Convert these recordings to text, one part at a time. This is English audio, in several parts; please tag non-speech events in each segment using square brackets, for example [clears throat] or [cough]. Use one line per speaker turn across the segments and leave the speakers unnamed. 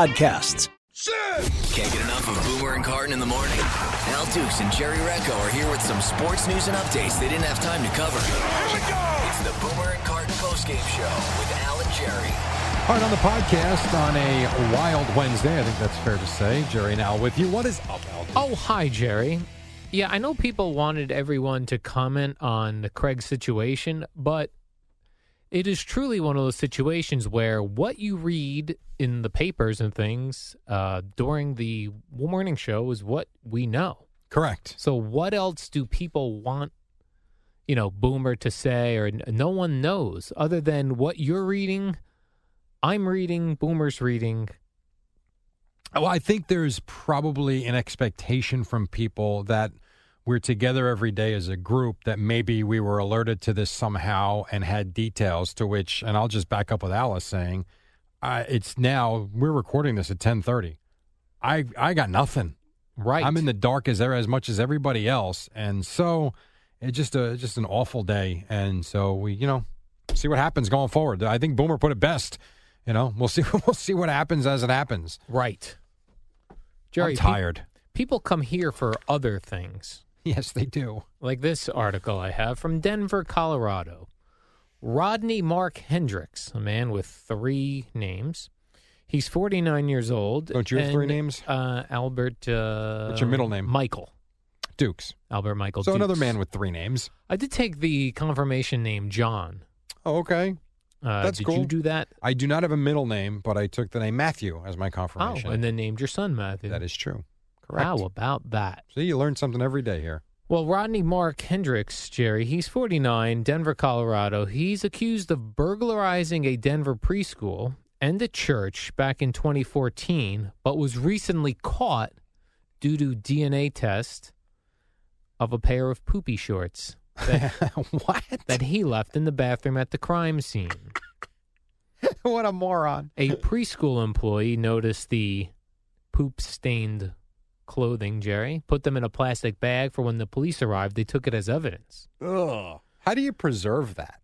Can't get enough of Boomer and Carton in the morning. Al Dukes and Jerry Recco are here with some sports news and updates they didn't have time to cover. Here we go! It's the Boomer and Carton postgame show with Al and Jerry.
Hard on the podcast on a wild Wednesday. I think that's fair to say. Jerry now with you. What is up, Alden?
Oh, hi, Jerry. Yeah, I know people wanted everyone to comment on the Craig situation, but it is truly one of those situations where what you read in the papers and things uh, during the morning show is what we know.
Correct.
So, what else do people want, you know, Boomer to say? Or n- no one knows other than what you're reading, I'm reading, Boomer's reading.
Well, I think there's probably an expectation from people that we're together every day as a group that maybe we were alerted to this somehow and had details to which, and I'll just back up with Alice saying, uh, it's now we're recording this at 10:30. I I got nothing.
Right.
I'm in the dark as there as much as everybody else, and so it's just a just an awful day. And so we, you know, see what happens going forward. I think Boomer put it best. You know, we'll [laughs] see we'll see what happens as it happens.
Right. Jerry,
I'm
pe-
tired.
people come here for other things.
[laughs] yes, they do.
Like this article I have from Denver, Colorado. Rodney Mark Hendricks, a man with three names. He's 49 years old.
Don't you have Oh, three
and,
names?
Uh, Albert. Uh,
What's your middle name?
Michael.
Dukes.
Albert Michael.
so another
Dukes.
man with three names.
I did take the confirmation name John.
Oh, okay.
Uh,
That's
did
cool.
you do that?
I do not have a middle name, but I took the name Matthew as my
Oh,
confirmation.
and then named your son Matthew.
that is true. Correct.
How about that?
See, you learn something every day here.
Well, Rodney Mark Hendricks, Jerry, he's 49, Denver, Colorado. He's accused of burglarizing a Denver preschool and a church back in 2014, but was recently caught due to DNA test of a pair of poopy shorts
[laughs] what?
that he left in the bathroom at the crime scene.
[laughs] what a moron.
A preschool employee noticed the poop stained clothing, Jerry, put them in a plastic bag for when the police arrived. They took it as evidence.
Ugh. How do you preserve that?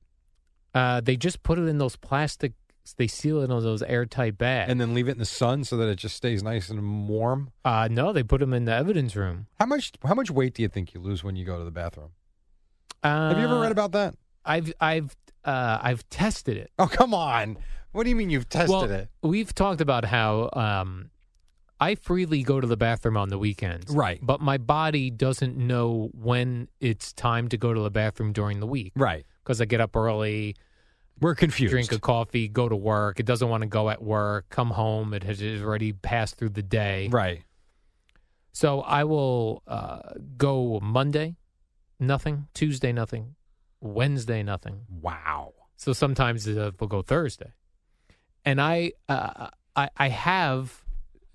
Uh, they just put it in those plastic. They seal it on those airtight bags.
And then leave it in the sun so that it just stays nice and warm?
uh, no, they put them in the evidence room.
How much how much weight do you think you lose when you go to the bathroom?
Uh,
Have you ever read about that?
I've I've uh, I've tested it.
Oh, come on. What do you mean you've tested
well,
it?
we've talked about how um, I freely go to the bathroom on the weekends,
Right.
But my body doesn't know when it's time to go to the bathroom during the week
Right.
because I get up early,
We're confused.
drink a coffee, go to work. It doesn't want to go at work, come home. It has already passed through the day.
Right.
So I will uh, go Monday, nothing. Tuesday, nothing. Wednesday, nothing.
Wow.
So sometimes uh, we'll go Thursday, and I, uh, I I have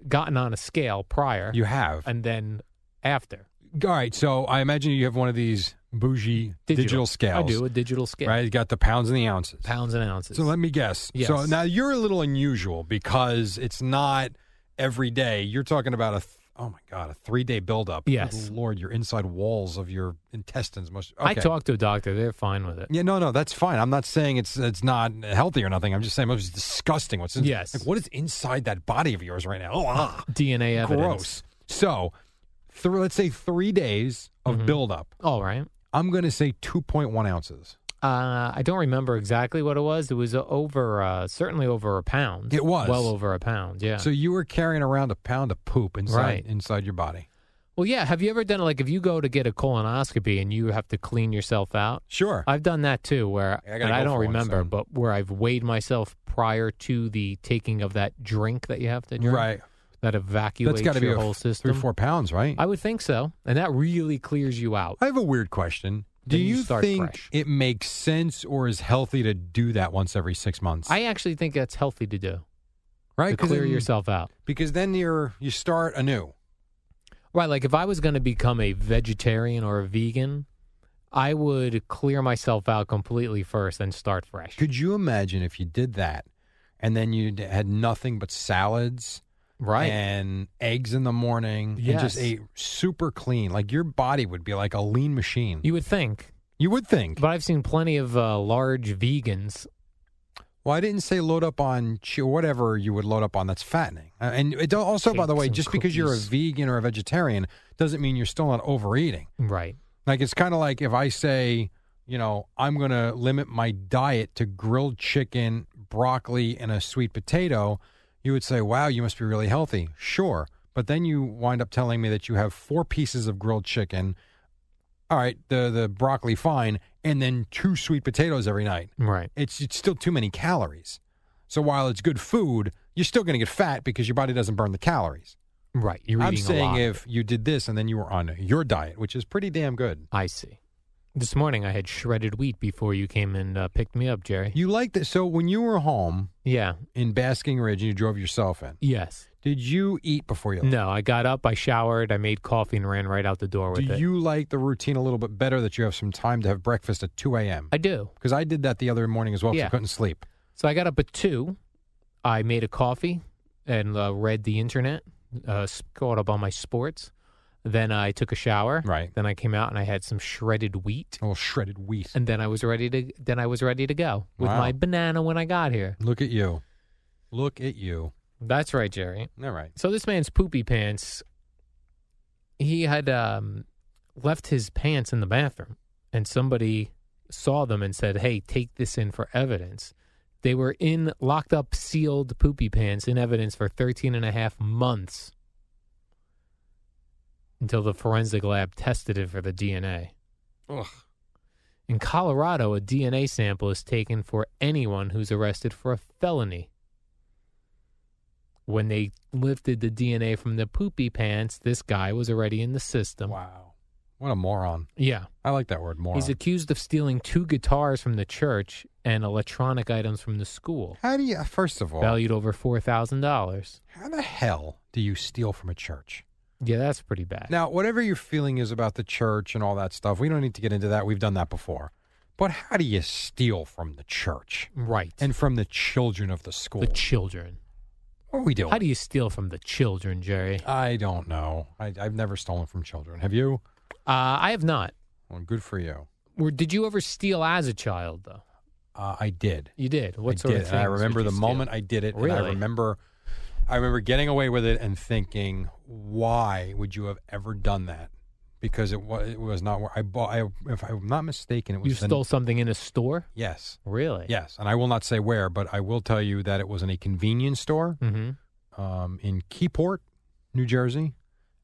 gotten on a scale prior
You have.
and then after
All right. So I imagine you have one of these bougie digital, scales.
I do a digital scale,
Right? You got the pounds and the ounces.
Pounds and ounces.
So let me guess. So
Yes.
now you're a little unusual because it's not every day. You're talking about a th- oh my god, a three day buildup. Good
Yes.
Lord, your inside walls of your intestines must.
I
okay.
talked to a doctor; they're fine with it.
Yeah, no, no, that's fine. I'm not saying it's it's not healthy or nothing. I'm just saying it was disgusting. What's in,
Yes.
Like, what is inside that body of yours right now? Oh, ah,
DNA evidence.
gross. So,
Mm-hmm.
th- let's say three days of buildup.
All right.
I'm going to say 2.1 ounces.
Uh, I don't remember exactly what it was. It was over, uh, certainly over a pound.
It was.
well over a pound. Yeah.
So you were carrying around a pound of poop inside
Right.
inside your body.
well, yeah. Have you ever done like if you go to get a colonoscopy and you have to clean yourself out?
Sure.
I've done that too, where
Yeah, I
I,
gotta
and I
go
don't
for one
remember,
soon.
but where I've weighed myself prior to the taking of that drink that you have to drink.
right.
That evacuates
That's got to be
your
a
whole system.
three four pounds, right?
I would think so, and that really clears you out.
I have a weird question. Do
Then you
you,
start
think
fresh.
it makes sense or is healthy to do that once every six months?
I actually think that's healthy to do
right
to
'Cause
clear
then-
yourself out.
because then you're you start anew.
Right, like if I was going to become a vegetarian or a vegan, I would clear myself out completely first and start fresh.
Could you imagine if you did that and then you d- had nothing but salads
right.
and eggs in the morning and
Yes.
just ate super clean? Like your body would be like a lean machine.
you would think,
You would think.
but I've seen plenty of uh, large vegans.
Well, I didn't say load up on ch- whatever you would load up on that's fattening. Uh, and it don't- also, by the
Cakes
way,
and
just because you're a
cookies.
vegan or a vegetarian doesn't mean you're still not overeating.
Right.
Like it's kind of like if I say, you know, I'm going to limit my diet to grilled chicken, broccoli, and a sweet potato, you would say, "Wow, you must be really healthy." Sure, but then you wind up telling me that you have four pieces of grilled chicken. All right, the the broccoli fine, and then two sweet potatoes every night
Right.
it's it's still too many calories. So while it's good food, you're still going to get fat because your body doesn't burn the calories.
Right. You're
I'm
eating a
saying
lot.
if you did this and then you were on your diet, which is pretty damn good.
I see. This morning I had shredded wheat before you came and uh, picked me up, Jerry.
You liked it. So when you were home
yeah.
in Basking Ridge and you drove yourself in,
Yes.
did you eat before you left?
No, I got up, I showered, I made coffee, and ran right out the door with
Do
it.
you like the routine a little bit better that you have some time to have breakfast at 2 a.m.?
I do.
Because I did that the other morning as well 'cause
Yeah.
I couldn't sleep.
So I got up at two. I made a coffee and uh, read the internet. Uh, s- caught up on my sports. Then I took a shower.
Right.
Then I came out and I had some shredded wheat.
A little shredded wheat.
And then I was ready to. Then I was ready to go with
Wow.
my banana when I got here.
Look at you. Look at you.
That's right, Jerry.
All right.
So this man's poopy pants. He had um, left his pants in the bathroom, and somebody saw them and said, "Hey, take this in for evidence." They were in locked up, sealed poopy pants in evidence for 13 and a half months until the forensic lab tested it for the DNA.
Ugh.
In Colorado, a DNA sample is taken for anyone who's arrested for a felony. When they lifted the DNA from the poopy pants, this guy was already in the system.
Wow. What a moron.
Yeah.
I like that word moron.
He's accused of stealing two guitars from the church and electronic items from the school,
How do you, first of all,
valued over $4,000.
how the hell do you steal from a church?
Yeah, that's pretty bad.
Now, whatever your feeling is about the church and all that stuff, we don't need to get into that. We've done that before. But how do you steal from the church
right.
and from the children of the school?
the children.
what are we doing?
How do you steal from the children, Jerry?
I don't know. I, I've never stolen from children. Have you?
Uh, I have not.
Well, good for you.
Or did you ever steal as a child, though?
Uh, I did.
You did. What
I
sort
did.
of
and I
things
remember
would
the
you steal?
moment I did it. And I
Really?
remember, I remember getting away with it and thinking, why would you have ever done that? Because it was it was not where I bought. I, if I'm not mistaken, it was
you
the-
stole something in a store.
Yes,
Really?
yes, and I will not say where, but I will tell you that it was in a convenience store
Mm-hmm.
um, in Keyport, New Jersey,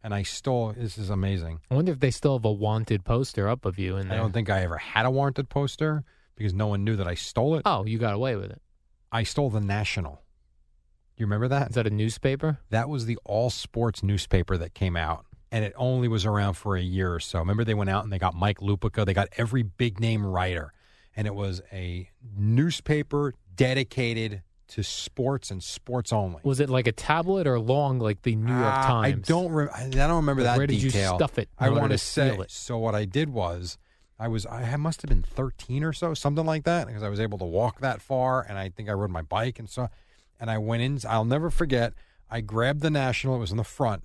and I stole. This is amazing.
I wonder if they still have a wanted poster up of you in there.
I don't think I ever had a warranted poster because no one knew that I stole it.
Oh, you got away with it.
I stole the National. You remember that?
Is that a newspaper?
That was the all sports newspaper that came out, and it only was around for a year or so. Remember, they went out and they got Mike Lupica, they got every big name writer, and it was a newspaper dedicated to sports and sports only.
Was it like a tablet or long, like the New York
Ah,
Times?
I don't. Re- I don't remember
Like,
that
where did you
detail.
stuff it in
I
order
want
to
to say.
seal it?
So what I did was, I was I must have been thirteen or so, something like that, because I was able to walk that far, and I think I rode my bike and so, and I went in. I'll never forget. I grabbed the national. It was in the front.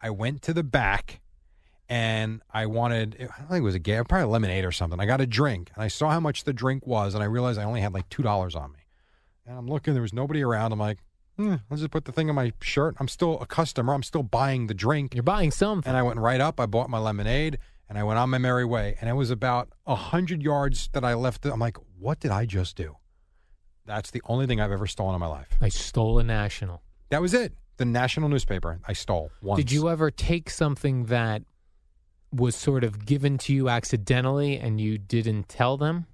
I went to the back, and I wanted. I don't think it was a game, probably lemonade or something. I got a drink, and I saw how much the drink was, and I realized I only had like two dollars on me. And I'm looking, there was nobody around. I'm like, hmm, let's just put the thing in my shirt. I'm still a customer. I'm still buying the drink.
You're buying something.
And I went right up. I bought my lemonade and I went on my merry way. And it was about a hundred yards that I left. I'm like, what did I just do? That's the only thing I've ever stolen in my life.
I stole a national.
That was it. The national newspaper I stole once.
Did you ever take something that was sort of given to you accidentally and you didn't tell them?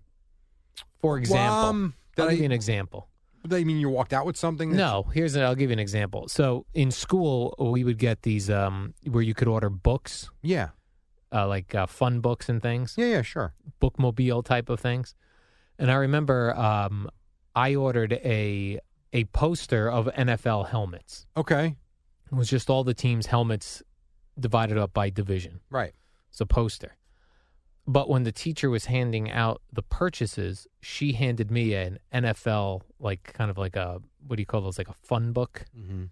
For example,
Um, did
I'll
I- Mm-hmm.
give you an example.
They mean you walked out with something? that-
No, here's an, I'll give you an example. So in school, we would get these um, where you could order books,
Yeah.
uh, like uh, fun books and things.
Yeah. Yeah. Sure.
bookmobile type of things. And I remember um, I ordered a a poster of NFL helmets.
Okay.
It was just all the teams' helmets divided up by division.
Right.
It's a poster. But when the teacher was handing out the purchases, she handed me an NFL like kind of like a what do you call those like a fun book,
Mm-hmm.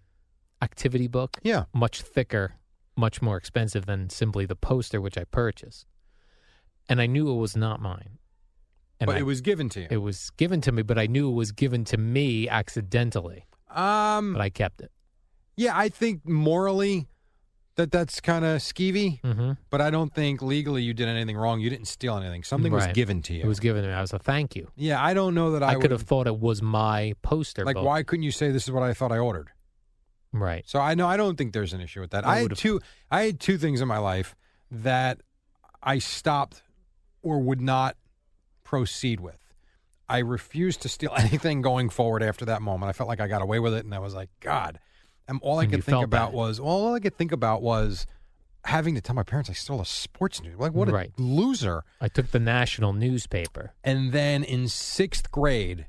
activity book
Yeah.
much thicker, much more expensive than simply the poster which I purchased. And I knew it was not mine. And
but
I-
it was given to you.
it was given to me, but I knew it was given to me accidentally,
um.
but I kept it.
yeah. I think morally that that's kind of skeevy,
Mm-hmm.
but I don't think legally you did anything wrong. You didn't steal anything. Something was given to you.
It was given to me. I was like, thank you.
yeah. I don't know that I,
I,
would
could have thought it was my poster.
Like,
but-
why couldn't you say this is what I thought I ordered?
Right.
So I know I don't think there's an issue with that.
I
I, had
would've-
two. I had two things in my life that I stopped or would not proceed with. I refused to steal [laughs] anything going forward after that moment. I felt like I got away with it, and I was like, God. And all I
And you
could think
felt
about
bad.
was all I could think about was having to tell my parents I stole a sports news. Like what
Right.
a loser!
I took the national newspaper.
And then in sixth grade,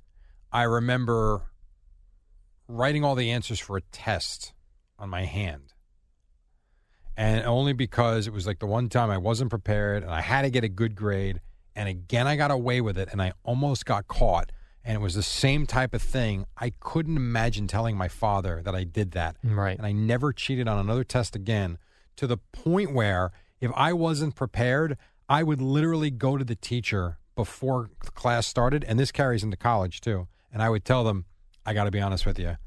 I remember writing all the answers for a test on my hand. And only because it was like the one time I wasn't prepared and I had to get a good grade. And again, I got away with it and I almost got caught. And it was the same type of thing. I couldn't imagine telling my father that I did that.
Right.
And I never cheated on another test again to the point where if I wasn't prepared, I would literally go to the teacher before class started. And this carries into college too. And I would tell them, I got to be honest with you.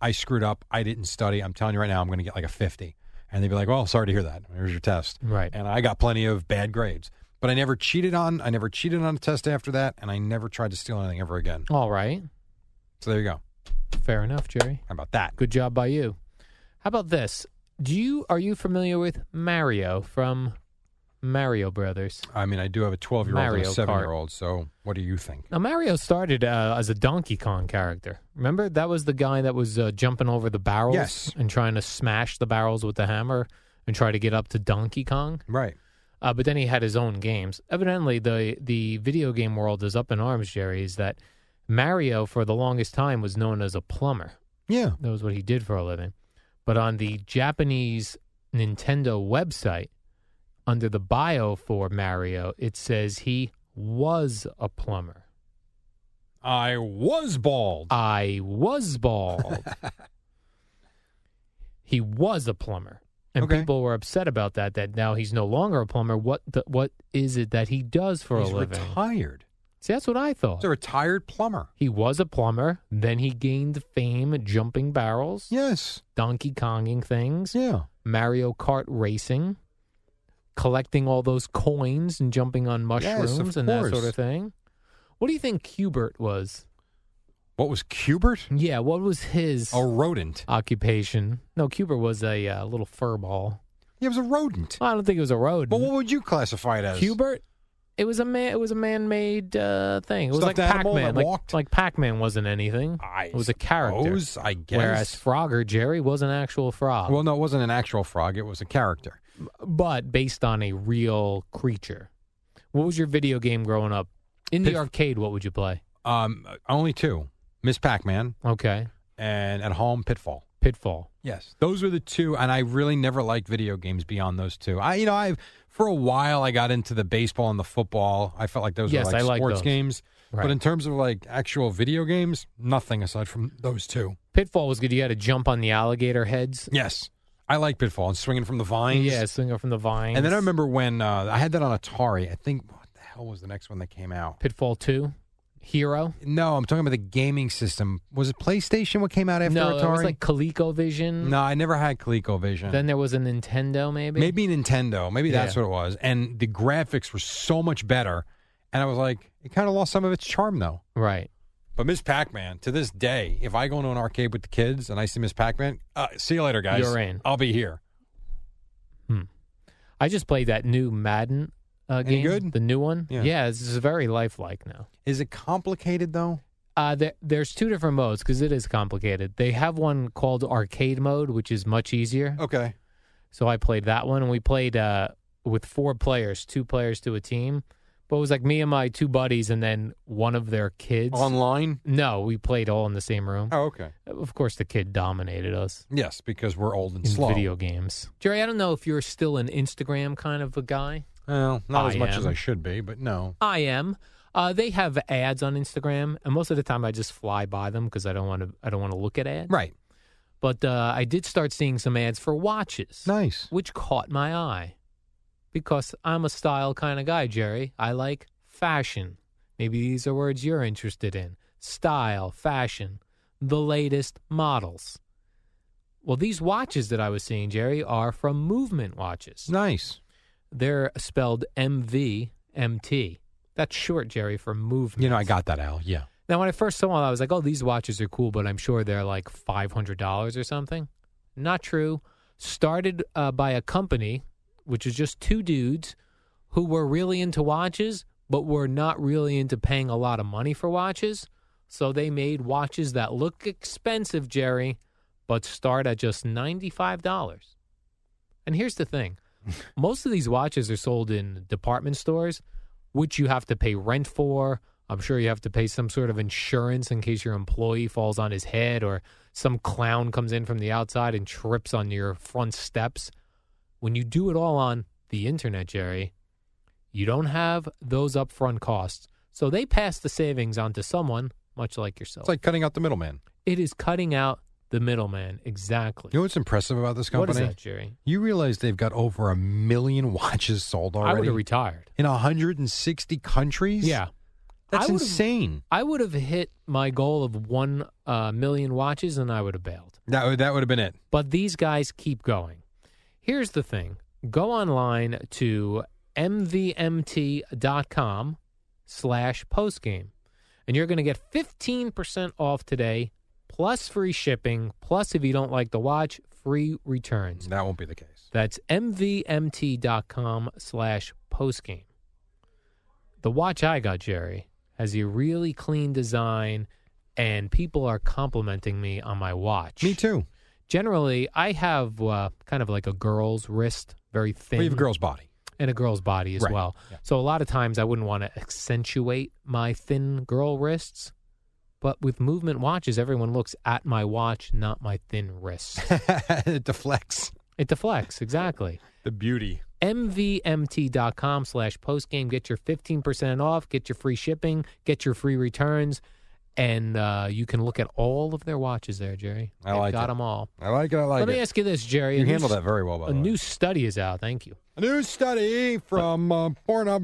I screwed up. I didn't study. I'm telling you right now, I'm going to get like a 50. And they'd be like, well, sorry to hear that. Here's your test.
Right.
And I got plenty of bad grades. But I never cheated on, I never cheated on a test after that. And I never tried to steal anything ever again.
All right.
So there you go.
Fair enough, Jerry.
How about that?
Good job by you. How about this? Do you are you familiar with Mario from Mario Brothers?
I mean, I do have a 12 year old and
Mario
a
Kart.
7 year old. So what do you think?
Now Mario started uh, as a Donkey Kong character. Remember that was the guy that was uh, jumping over the barrels
Yes.
and trying to smash the barrels with the hammer and try to get up to Donkey Kong.
Right.
Uh, but then he had his own games. Evidently, the the video game world is up in arms. Jerry is that Mario for the longest time was known as a plumber.
Yeah.
That was what he did for a living. But on the Japanese Nintendo website, under the bio for Mario, it says he was a plumber.
I was bald.
I was
[laughs]
bald. he was a plumber. And
Okay.
people were upset about that. That now he's no longer a plumber. What the, what is it that he does for
He's
a living?
retired.
See, that's what I thought.
He's a retired plumber.
He was a plumber. Then he gained fame jumping barrels,
Yes.
Donkey Konging things,
Yeah.
Mario Kart racing, collecting all those coins and jumping on
Yes,
mushrooms
of
and that sort
course.
of thing. What do you think Hubert was?
What was Cubert?
Yeah, what was his?
A rodent.
occupation. No, Cuber was a uh, little fur ball.
He was a rodent.
Well, I don't think it was a road.
But what would you classify it as?
Hubert? It was a man. It was a man-made uh, thing. It was
Stuffed
like
animal
Pac-Man.
that
Like,
walked?
like Pac-Man wasn't anything.
I
it was a character.
suppose, I guess.
Whereas Frogger Jerry was an actual frog,
well, no, it wasn't an actual frog. It was a character.
but based on a real creature. What was your video game growing up? In the
Pit-
arcade, what would you play?
Um, only two: Miss Pac-Man
Okay,
and at home Pitfall.
Pitfall.
Yes, those were the two, and I really never liked video games beyond those two. I, you know, I for a while I got into the baseball and the football. I felt like those
Yes,
were like
I like
sports
those.
games,
Right.
but in terms of like actual video games, nothing aside from those two.
Pitfall was good. You had to jump on the alligator heads.
Yes, I like Pitfall and swinging from the vines.
Yeah, swing from the vines.
and then I remember when uh, I had that on Atari. I think what the hell was the next one that came out?
Pitfall Two. Hero.
No, I'm talking about the gaming system. Was it PlayStation? What came out after
no,
Atari?
it was like ColecoVision.
no, I never had ColecoVision.
Then there was a Nintendo, maybe.
maybe Nintendo. Maybe that's
Yeah.
what it was. And the graphics were so much better. And I was like, it kind of lost some of its charm though.
Right.
But Miss Pac-Man, to this day, if I go into an arcade with the kids and I see Miss Pac-Man, uh, see you later, guys.
You're in.
I'll be here.
I just played that new Madden uh,
Any
game.
good?
The new one.
Yeah.
it's it's very lifelike now.
Is it complicated though?
Uh, there, there's two different modes because it is complicated. They have one called arcade mode, which is much easier.
Okay.
So I played that one, and we played uh, with four players, two players to a team. But it was like me and my two buddies, and then one of their kids.
Online?
no, we played all in the same room.
Oh, okay.
Of course, the kid dominated us
Yes, because we're old and
in
slow.
video games. Jerry, I don't know if you're still an Instagram kind of a guy.
Well, not as
I
much
am.
as I should be, but no.
I am. Uh, they have ads on Instagram, and most of the time I just fly by them because I don't want to. I don't want to look at ads.
Right.
But uh, I did start seeing some ads for watches.
Nice.
which caught my eye because I'm a style kind of guy, Jerry. I like fashion. Maybe these are words you're interested in style, fashion, the latest models. Well, these watches that I was seeing, Jerry, are from Movement Watches.
Nice.
They're spelled MVMT. That's short, Jerry, for Movement.
You know, I got that, Al. Yeah.
Now, when I first saw them, I was like, oh, these watches are cool, but I'm sure they're like $500 or something. Not true. Started uh, by a company, which is just two dudes who were really into watches, but were not really into paying a lot of money for watches. So they made watches that look expensive, Jerry, but start at just $95. And here's
[laughs]
the thing most of these watches are sold in department stores, which you have to pay rent for. I'm sure you have to pay some sort of insurance in case your employee falls on his head or some clown comes in from the outside and trips on your front steps. When you do it all on the internet, Jerry, you don't have those upfront costs. So they pass the savings on to someone, much like yourself.
It's like cutting out the middleman.
it is cutting out the middleman. Exactly.
You know what's impressive about this
what
company?
is that, Jerry?
You realize they've got over a million [laughs] watches sold
I would
already
have retired.
in 160 countries?
Yeah.
That's
I would've-
insane.
I would have hit my goal of one uh, million watches and I would have bailed.
That would, that would have been it.
But these guys keep going. Here's the thing go online to mvmt.com slash postgame, and you're going to get 15% off today, plus free shipping, plus if you don't like the watch, free returns.
That won't be the case.
That's mvmt.com slash postgame. The watch I got, Jerry, has a really clean design, and people are complimenting me on my watch.
Me too.
Generally, I have uh, kind of like a girl's wrist, very thin,
We have a girl's body. [laughs]
and a girl's body as
Right.
well.
Yeah.
So a lot of times I wouldn't want to accentuate my thin girl wrists. But with movement watches, everyone looks at my watch, not my thin wrist.
it deflects
it deflects, exactly.
the beauty.
mvmt.com slash postgame. Get your 15% off, get your free shipping, get your free returns, and uh, you can look at all of their watches there, Jerry.
I
They've
like
got
it.
them all.
I like it. I like
Let me
it.
ask you this, Jerry.
you
A new
handle
s-
that very well, by
A
the way.
new study is out. Thank you.
A new study from uh,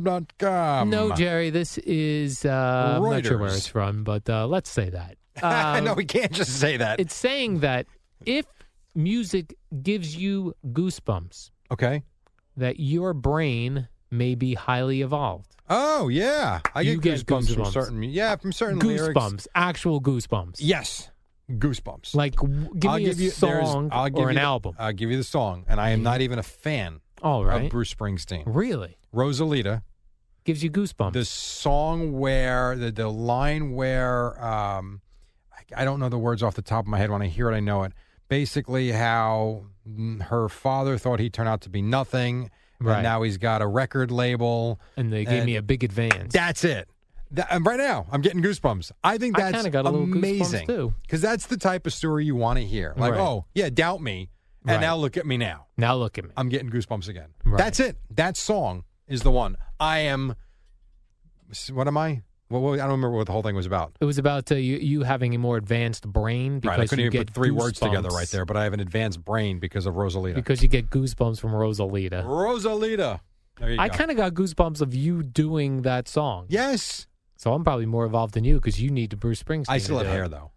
Pornhub.com. [laughs]
no, Jerry, this is, uh, I'm not sure where
Reuters.
it's from, but uh, let's say that.
[laughs] I
Um,
know we can't just say that.
It's saying that if music gives you goosebumps,
okay.
that your brain may be highly evolved.
Oh yeah, I
You
get
get
goosebumps, from
goosebumps.
certain. Yeah, from certain
goosebumps,
lyrics.
actual goosebumps.
Yes, goosebumps.
Like, w- give
I'll
me
give
a
you, there's-
song
I'll give
or
you
an
the-
album.
I'll give you the song, and I am not even a fan
All right.
of Bruce Springsteen.
really?
Rosalita,
Gives you goosebumps.
the song where the the line where um, I, I don't know the words off the top of my head. When I hear it, I know it. Basically, how mm, her father thought he turned out to be nothing,
Right.
and now he's got a record label.
and they gave
and-
me a big advance.
That's it. That, and right now, I'm getting goosebumps. I think
I
that's
kinda got a little goosebumps,
amazing
too.
because that's the type of story you want to hear. Like,
Right.
oh yeah, doubt me, and
Right.
now look at me now.
now look at me.
I'm getting goosebumps again.
Right.
That's it. That song is the one. I am. What am I? What, what, I don't remember what the whole thing was about.
it was about uh, you, you having a more advanced brain because
Right, I couldn't
you
even
get
put three words together
goosebumps-
right there, but I have an advanced brain because of Rosalita.
[laughs] Because you get goosebumps from Rosalita.
Rosalita. There you
I
go.
kind of got goosebumps of you doing that song.
yes.
So I'm probably more involved than you because you needed Bruce Springsteen.
I
to
still have
do it.
hair though.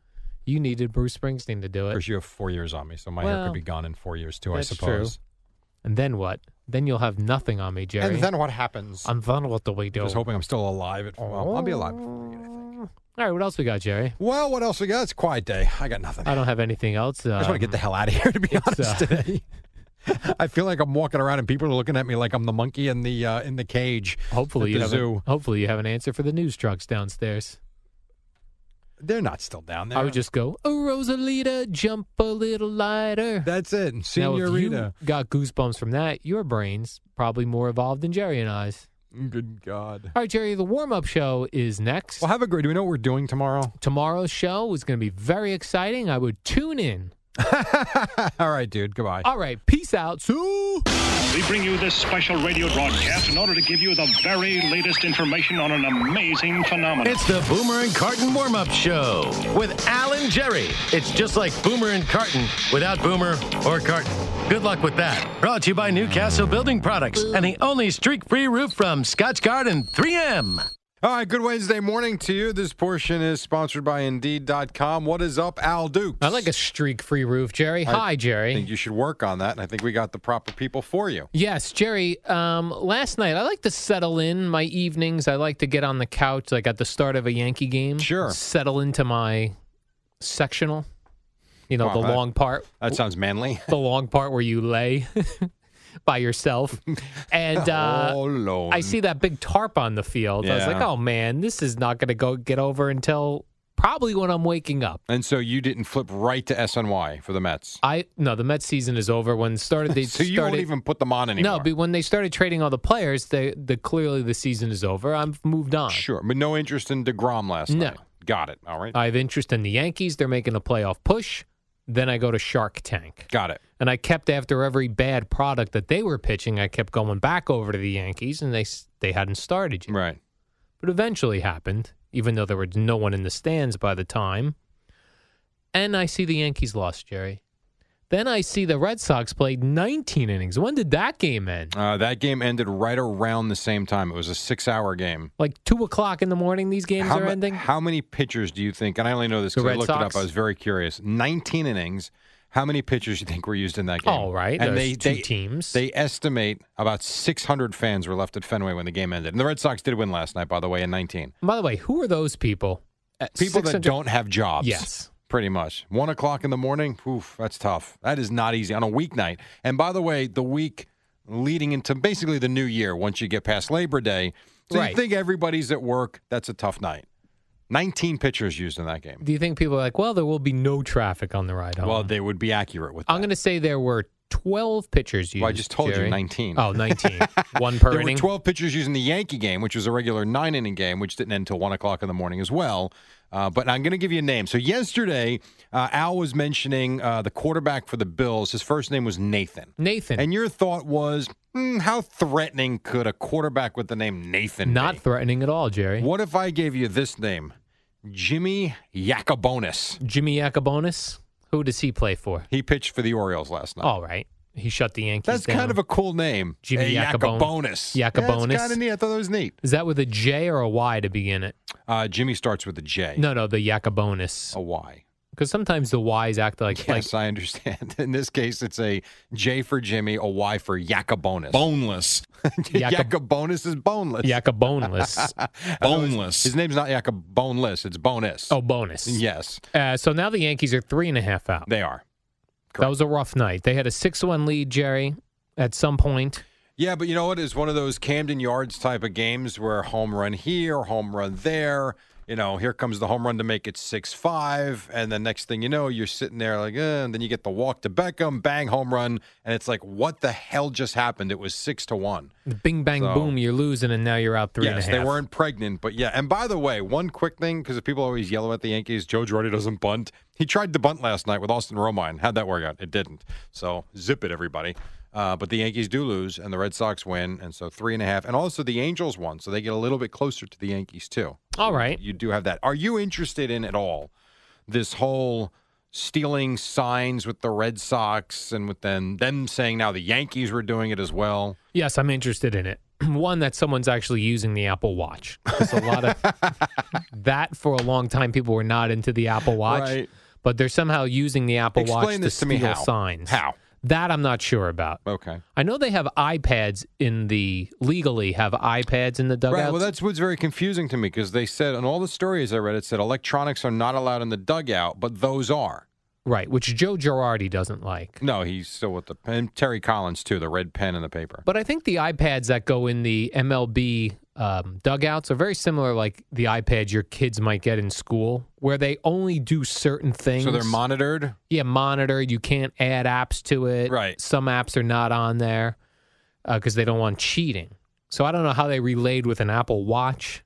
You needed Bruce Springsteen to do
Of
it.
course, you have four years on me, so my hair
Well,
could be gone in four years too. I
that's true.
suppose.
And then what? Then you'll have nothing on me, Jerry.
And then what happens?
I'm fun with the way do.
just hoping I'm still alive. At, well, I'll be alive. before we get it, I think.
All right, what else we got, Jerry?
Well, what else we got? It's a quiet day. I got nothing.
I don't have anything else.
I just want to get the hell out of here, to be honest
it's, uh,
today. Um, uh, I feel like I'm walking around and people are looking at me like I'm the monkey in the uh, in the cage.
um, Hopefully
at
you
the
have
zoo.
A, hopefully you have an answer for the news trucks downstairs.
They're not still down there.
I would just go, "Oh Rosalita, jump a little lighter."
That's it,
now, if
Senorita.
you got goosebumps from that, your brain's probably more evolved than Jerry and I's.
Good God.
All right, Jerry, the warm-up show is next.
Well, have a great. Do we know what we're doing tomorrow?
Tomorrow's show is going to be very exciting. I would tune in.
All right, dude. Goodbye.
All right, peace out. Sue.
We bring you this special radio broadcast in order to give you the very latest information on an amazing phenomenon.
It's the Boomer and Carton warm up show with Al and Jerry. It's just like Boomer and Carton without Boomer or Carton. Good luck with that. Brought to you by Newcastle Building Products and the only streak free roof from Scotch Garden 3M.
All right. Good Wednesday morning to you. This portion is sponsored by Indeed.com. What is up, Al Dukes?
I like a streak-free roof, Jerry. Hi,
I
Jerry.
think you should work on that, and I think we got the proper people for you.
Yes, Jerry. Um, last night, I like to settle in my evenings. I like to get on the couch, like at the start of a Yankee game.
Sure.
Settle into my sectional. You know,
Wow,
the
that-
long part,
That sounds manly.
the long part where you lay [laughs] by yourself.
[laughs]
And uh,
Oh, Lord.
I see that big tarp on the field. I was like,
Yeah.
oh man, this is not going to go get over until probably when I'm waking up.
And so you didn't flip right to SNY for the Mets.
I no, the Mets season is over. When started,
[laughs]
they
so you
started,
won't even put them on anymore.
No, but when they started trading all the players, they the clearly the season is over. I've moved on.
sure. But no interest in Degrom last
No.
night. Got it. All right.
I have interest in the Yankees. They're making a playoff push. Then I go to Shark Tank.
Got it.
And I kept after every bad product that they were pitching, I kept going back over to the Yankees and they s- they hadn't started yet.
Right.
But eventually happened, even though there was no one in the stands by the time. And I see the Yankees lost, Jerry. Then I see the Red Sox played 19 innings. When did that game end?
Uh, that game ended right around the same time. It was a six-hour game.
Like two o'clock in the morning. These games
How,
are
ma-
ending.
how many pitchers do you think? And I only know this
The
because I
Red
looked it up.
Sox?
I was very curious. Nineteen innings. How many pitchers do you think were used in that game?
All right,
And
there's
they,
two
they-
teams.
They estimate about six hundred fans were left at Fenway when the game ended. And the Red Sox did win last night, by the way, in nineteen.
By the way, who are those Uh, people? At
People that
600
don't have jobs.
Yes.
Pretty much. One o'clock in the morning, oof, that's tough. That is not easy on a weeknight. And by the way, the week leading into basically the new year, once you get past Labor Day, so
Right.
you think everybody's at work, that's a tough night. 19 pitchers used in that game.
Do you think people are like, well, there will be no traffic on the ride home?
Well, they would be accurate with that.
I'm going to say there were 12 pitchers used.
Well, I just told you,
Jerry.
19.
Oh, 19. One per
[laughs] there
inning.
were 12 pitchers using the Yankee game, which was a regular nine inning game, which didn't end till one o'clock in the morning as well. Uh, but I'm going to give you a name. So yesterday, uh, Al was mentioning uh, the quarterback for the Bills. His first name was Nathan.
Nathan.
And your thought was, hmm, how threatening could a quarterback with the name Nathan
not
be?
threatening at all, Jerry.
What if I gave you this name, Jimmy Yacobonis?
Jimmy Yacobonis. Who does he play for?
He pitched for the Orioles last night.
All right. He shut the
That's
Yankees
kind of a cool name,
Jimmy
Hey,
Yacobon-
Yacobonis. Yeah, that's
Yacobonis.
kind of neat. I thought that was neat.
Is that with a J or a Y to begin it?
Uh, Jimmy starts with a J.
No, no, the Yacobonis.
a Y.
Because sometimes the Ys act like, like
Oh. Yes, I understand. [laughs] In this case, it's a J for Jimmy, a Y for Yacobonis. [laughs]
Boneless.
Yacob-
Yacobonis is boneless.
Yacoboneless.
Boneless.
His name's not Yacoboneless. It's Bonus. [laughs]
oh, bonus.
yes,
Uh, so now the Yankees are three and a half out.
they are.
That was a rough night. They had a 6 1 lead, Jerry, at some point.
Yeah, but you know what? It's one of those Camden Yards type of games where home run here, home run there. You know, here comes the home run to make it 6 5. And the next thing you know, you're sitting there like, eh, and then you get the walk to Beckham, bang, home run. And it's like, what the hell just happened? It was 6 to 1.
The bing, bang,
So-
boom, you're losing, and now you're out three and a
yes,
half.
they weren't pregnant, but yeah. And by the way, one quick thing because people always yell at the Yankees: Joe Girardi doesn't bunt. He tried to bunt last night with Austin Romine. How'd that work out? It didn't. So zip it, everybody. Uh, but the Yankees do lose, and the Red Sox win, and so three and a half. And also the Angels won, so they get a little bit closer to the Yankees too.
All right.
You do have that. Are you interested in at all this whole stealing signs with the Red Sox and with them them saying now the Yankees were doing it as well?
Yes, I'm interested in it. [clears throat] one that someone's actually using the Apple Watch. 'Cause a
[laughs]
lot of that for a long time, people were not into the Apple Watch,
Right.
but they're somehow using the Apple Watch
Explain this to me
steal
how.
signs.
How?
That I'm not sure about.
Okay.
I know they have iPads in the legally have iPads in the dugouts.
Right. Well, that's what's very confusing to me because they said, and all the stories I read, it said electronics are not allowed in the dugout, but those are.
Right, which Joe Girardi doesn't like.
No, he's still with the pen. Terry Collins too, the red pen and the paper.
But I think the iPads that go in the MLB um, dugouts are very similar, like the iPads your kids might get in school, where they only do certain things.
so they're monitored.
yeah monitored. You can't add apps to it.
Right.
Some apps are not on there because they don't want cheating. So I don't know how they relayed with an Apple Watch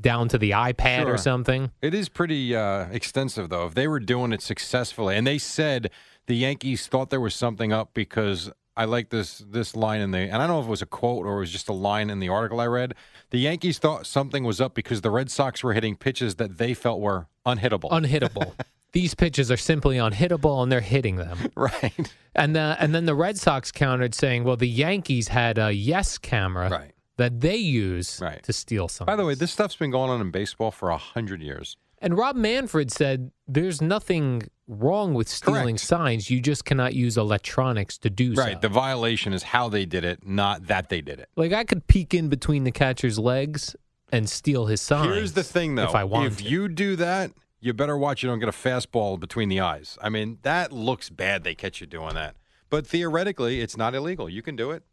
down to the iPad or
Sure.
something.
It is pretty uh, extensive, though. If they were doing it successfully, and they said the Yankees thought there was something up because I like this this line in the, and I don't know if it was a quote or it was just a line in the article I read. The Yankees thought something was up because the Red Sox were hitting pitches that they felt were unhittable.
Unhittable. These pitches are simply unhittable, and they're hitting them.
[laughs] right.
And the, and then the Red Sox countered saying, "Well, the Yankees had a yes camera
Right.
that they use
Right.
to steal something."
By the way, this stuff's been going on in baseball for a hundred years.
and Rob Manfred said, "There's nothing wrong with stealing
Correct.
signs. You just cannot use electronics to do so."
Right. The violation is how they did it, not that they did it.
like I could peek in between the catcher's legs and steal his sign.
Here's the thing, though.
If I want, to.
you do that, you better watch you don't get a fastball between the eyes. I mean, that looks bad. They catch you doing that, but theoretically, it's not illegal. You can do it.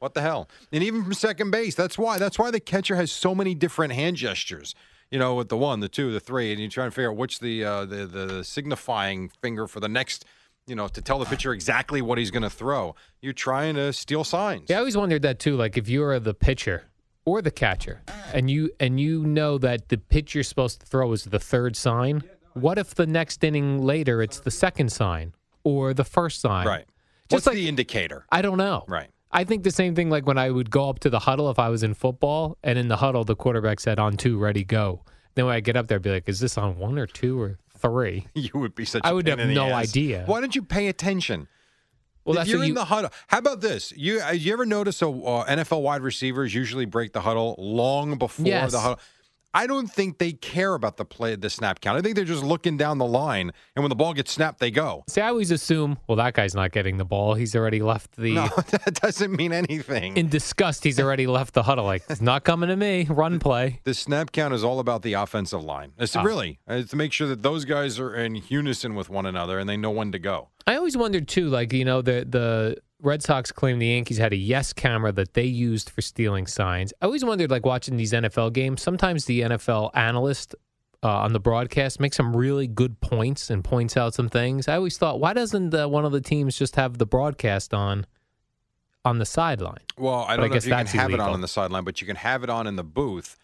What the hell? And even from second base, that's why. That's why the catcher has so many different hand gestures. You know, with the one, the two, the three, and you try and figure out which the uh, the the signifying finger for the next. You know, to tell the pitcher exactly what he's going to throw. You're trying to steal signs.
Yeah, I always wondered that too. Like if you're the pitcher or the catcher, and you and you know that the pitch you're supposed to throw is the third sign. What if the next inning later it's the second sign or the first sign?
Right.
Just
What's
like-
the indicator?
I don't know.
Right.
I think the same thing like when I would go up to the huddle if I was in football, and in the huddle the quarterback said on two, ready, go. Then when I get up there, I'd be like, is this on one or two or three?
[laughs] You would be such.
I
a
would
pain
have
in the
no
ass.
idea.
Why don't you pay attention?
Well,
if
that's
you're
what
in
you,
the huddle, how about this? You uh, you ever notice a uh, NFL wide receivers usually break the huddle long before
Yes.
the huddle? I don't think they care about the play, the snap count. I think they're just looking down the line, and when the ball gets snapped, they go.
see. I always assume, well, that guy's not getting the ball. He's already left the
No, [laughs] that doesn't mean anything.
in disgust, he's already left the huddle. Like, it's not coming to me. Run play.
the snap count is all about the offensive line. It's
Ah.
really it's to make sure that those guys are in unison with one another and they know when to go.
I always wondered too, like, you know, the the Red Sox claim the Yankees had a yes camera that they used for stealing signs. I always wondered, like, watching these NFL games, sometimes the NFL analyst uh, on the broadcast makes some really good points and points out some things. I always thought, why doesn't uh, one of the teams just have the broadcast on on the sideline?
Well, I
But I
don't know
guess
if you can
that's
have it
illegal.
on on the sideline, but you can have it on in the booth.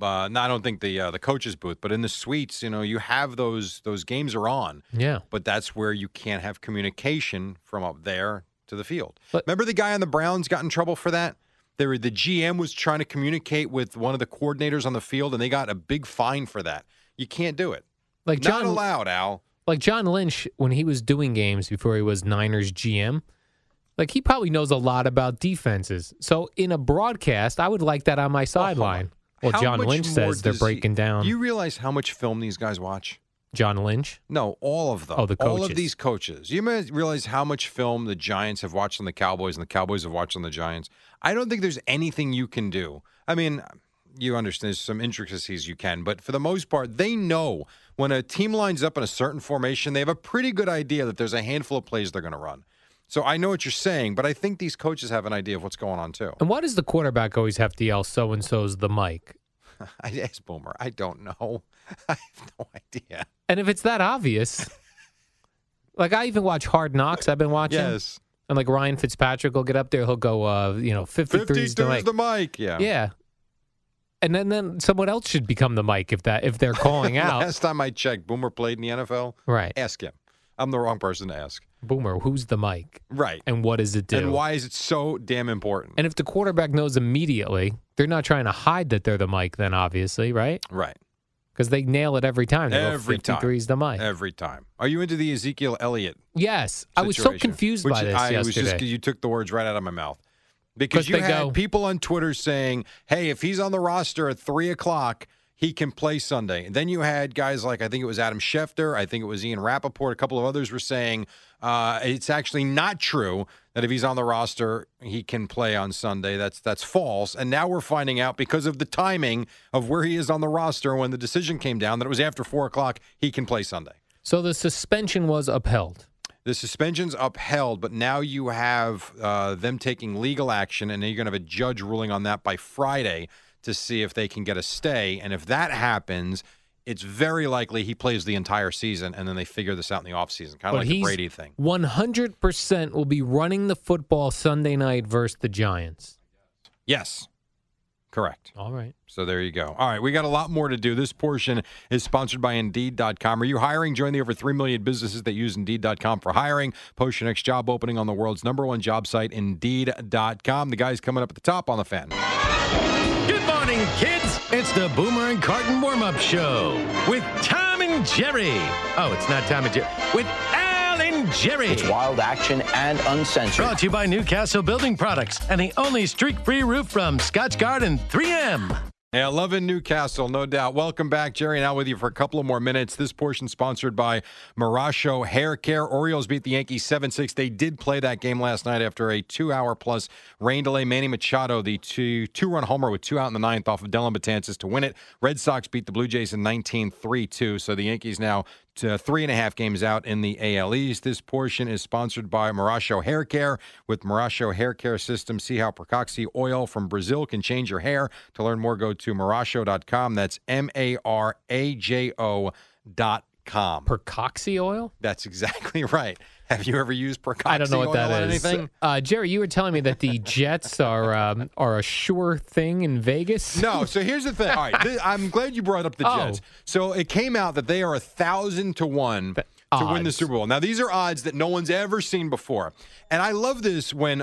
Uh, no, I don't think the uh, the coach's booth, but in the suites, you know, you have those those games are on,
Yeah.
but that's where you can't have communication from up there to the field.
But-
Remember the guy on the Browns got in trouble for that. They were, the GM was trying to communicate with one of the coordinators on the field, and they got a big fine for that. You can't do it.
Like John
Not allowed, Al.
like John Lynch when he was doing games before he was Niners GM, like he probably knows a lot about defenses. So in a broadcast, I would like that on my sideline. Well,
Oh, How
John
much
Lynch
more
says they're
does he-
breaking down
Do you realize how much film these guys watch?
John Lynch.
No, all of them.
Oh, the
All
coaches.
of these coaches. You may realize how much film the Giants have watched on the Cowboys and the Cowboys have watched on the Giants. I don't think there's anything you can do. I mean, you understand there's some intricacies you can, but for the most part, they know when a team lines up in a certain formation, they have a pretty good idea that there's a handful of plays they're going to run. So I know what you're saying, but I think these coaches have an idea of what's going on too.
And why does the quarterback always have to yell so and so's the mic?
[laughs] I asked Boomer. I don't know. [laughs] I have no idea.
And if it's
[laughs]
that obvious, like I even watch Hard Knocks. I've been watching,
Yes.
and like Ryan Fitzpatrick will get up there. He'll go, uh, you know, fifty
53
three
is
is the mic.
the mic. Yeah.
yeah. And then, then someone else should become the mic if that if
[laughs]
they're calling out.
Last time I checked, Boomer played in the NFL.
right.
Ask him. I'm the wrong person to ask.
Boomer, who's the mic
Right.
and what does it do?
And why is it so damn important?
And if the quarterback knows immediately, they're not trying to hide that they're the mic, then obviously, right?
right.
Because they nail it every time. They
Every
go,
time.
53 is the mic.
Every time. Are you into the Ezekiel Elliott?
yes. I was so
situation?
confused
Which
by this
I was
yesterday.
just, you took the words right out of my mouth. because
they
you had
go-
people on Twitter saying, "Hey, if he's on the roster at three o'clock, he can play Sunday." And then you had guys like I think it was Adam Schefter, I think it was Ian Rappaport, a couple of others were saying uh, it's actually not true that if he's on the roster, he can play on Sunday. That's that's false. And now we're finding out because of the timing of where he is on the roster when the decision came down that it was after four o'clock, he can play Sunday.
So the suspension was upheld.
The suspension's upheld, but now you have uh, them taking legal action, and you're going to have a judge ruling on that by Friday to see if they can get a stay. And if that happens, it's very likely he plays the entire season, and then they figure this out in the offseason, kind of like the Brady thing.
100% will be running the football Sunday night versus the Giants.
Yes, correct.
All right.
So there you go. All right, we got a lot more to do. This portion is sponsored by Indeed.com. Are you hiring? Join the over 3 million businesses that use Indeed.com for hiring. Post your next job opening on the world's number one job site, Indeed.com. The guy's coming up at the top on the fan.
Good morning, kids. It's the Boomer and Carton warm up show with Tom and Jerry. Oh, it's not Tom and Jerry. With Al and Jerry.
It's wild action and uncensored.
Brought to you by Newcastle Building Products and the only streak free roof from Scotch Garden 3M.
Yeah, love in Newcastle, no doubt. Welcome back, Jerry, and out with you for a couple of more minutes. This portion sponsored by Marasho Hair Care. Orioles beat the Yankees 7 6. They did play that game last night after a two hour plus rain delay. Manny Machado, the two run homer with two out in the ninth off of Dylan Batanzas to win it. Red Sox beat the Blue Jays in 19 3 2. So the Yankees now to three and a half games out in the AL East. This portion is sponsored by Marasho Hair Care. With Marasho Hair Care System, see how Procoxy oil from Brazil can change your hair. To learn more, go to marasho.com. That's M A R A J O dot com.
Percoxy oil?
That's exactly [laughs] right. Have you ever used Procoxy
I don't know what
oil on
that is.
anything?
Uh, Jerry, you were telling me
[laughs]
that the Jets are um, are a sure thing in Vegas.
No, so here's the thing. All right, thi- I'm glad you brought up the
[laughs] Oh.
Jets. So it came out that they are a thousand to one to win the
odds.
Super Bowl. Now these are odds that no one's ever seen before, and I love this when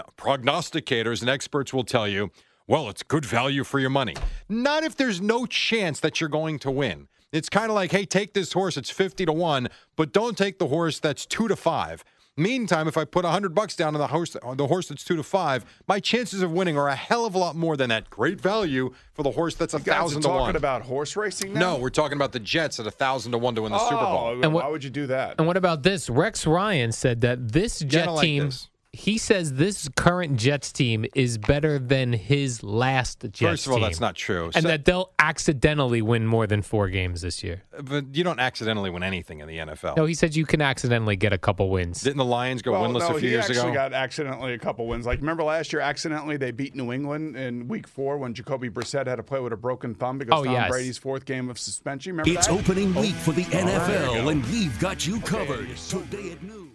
prognosticators and experts will tell you, "Well, it's good value for your money." Not if there's no chance that you're going to win. It's kind of like, "Hey, take this horse; it's fifty to one, but don't take the horse that's two to five. Meantime, if I put 100 bucks down on the horse on the horse that's 2 to 5, my chances of winning are a hell of a lot more than that great value for the horse that's a
Guys are
1000 to
talking
1.
about horse racing now?
no, we're talking about the Jets at 1000 to 1 to win the
oh,
Super Bowl.
And what-
why would you do that?
And what about this? Rex Ryan said that this Jet
don't like
team.
this.
He says this current Jets team is better than his last Jets team.
First of all, that's not true.
And
So-
that they'll accidentally win more than four games this year.
but you don't accidentally win anything in the NFL.
No, he said you can accidentally get a couple wins.
Didn't the Lions go
well,
winless
no,
a few
he
years
actually
ago?
got accidentally a couple wins. Like remember last year, accidentally they beat New England in Week Four when Jacoby Brissett had to play with a broken thumb because
Oh,
Tom
yes. Oh.
Brady's fourth game of suspension. Remember
It's
that? Oh,
opening week for the
there you
NFL,
go.
and we've got you covered today at noon.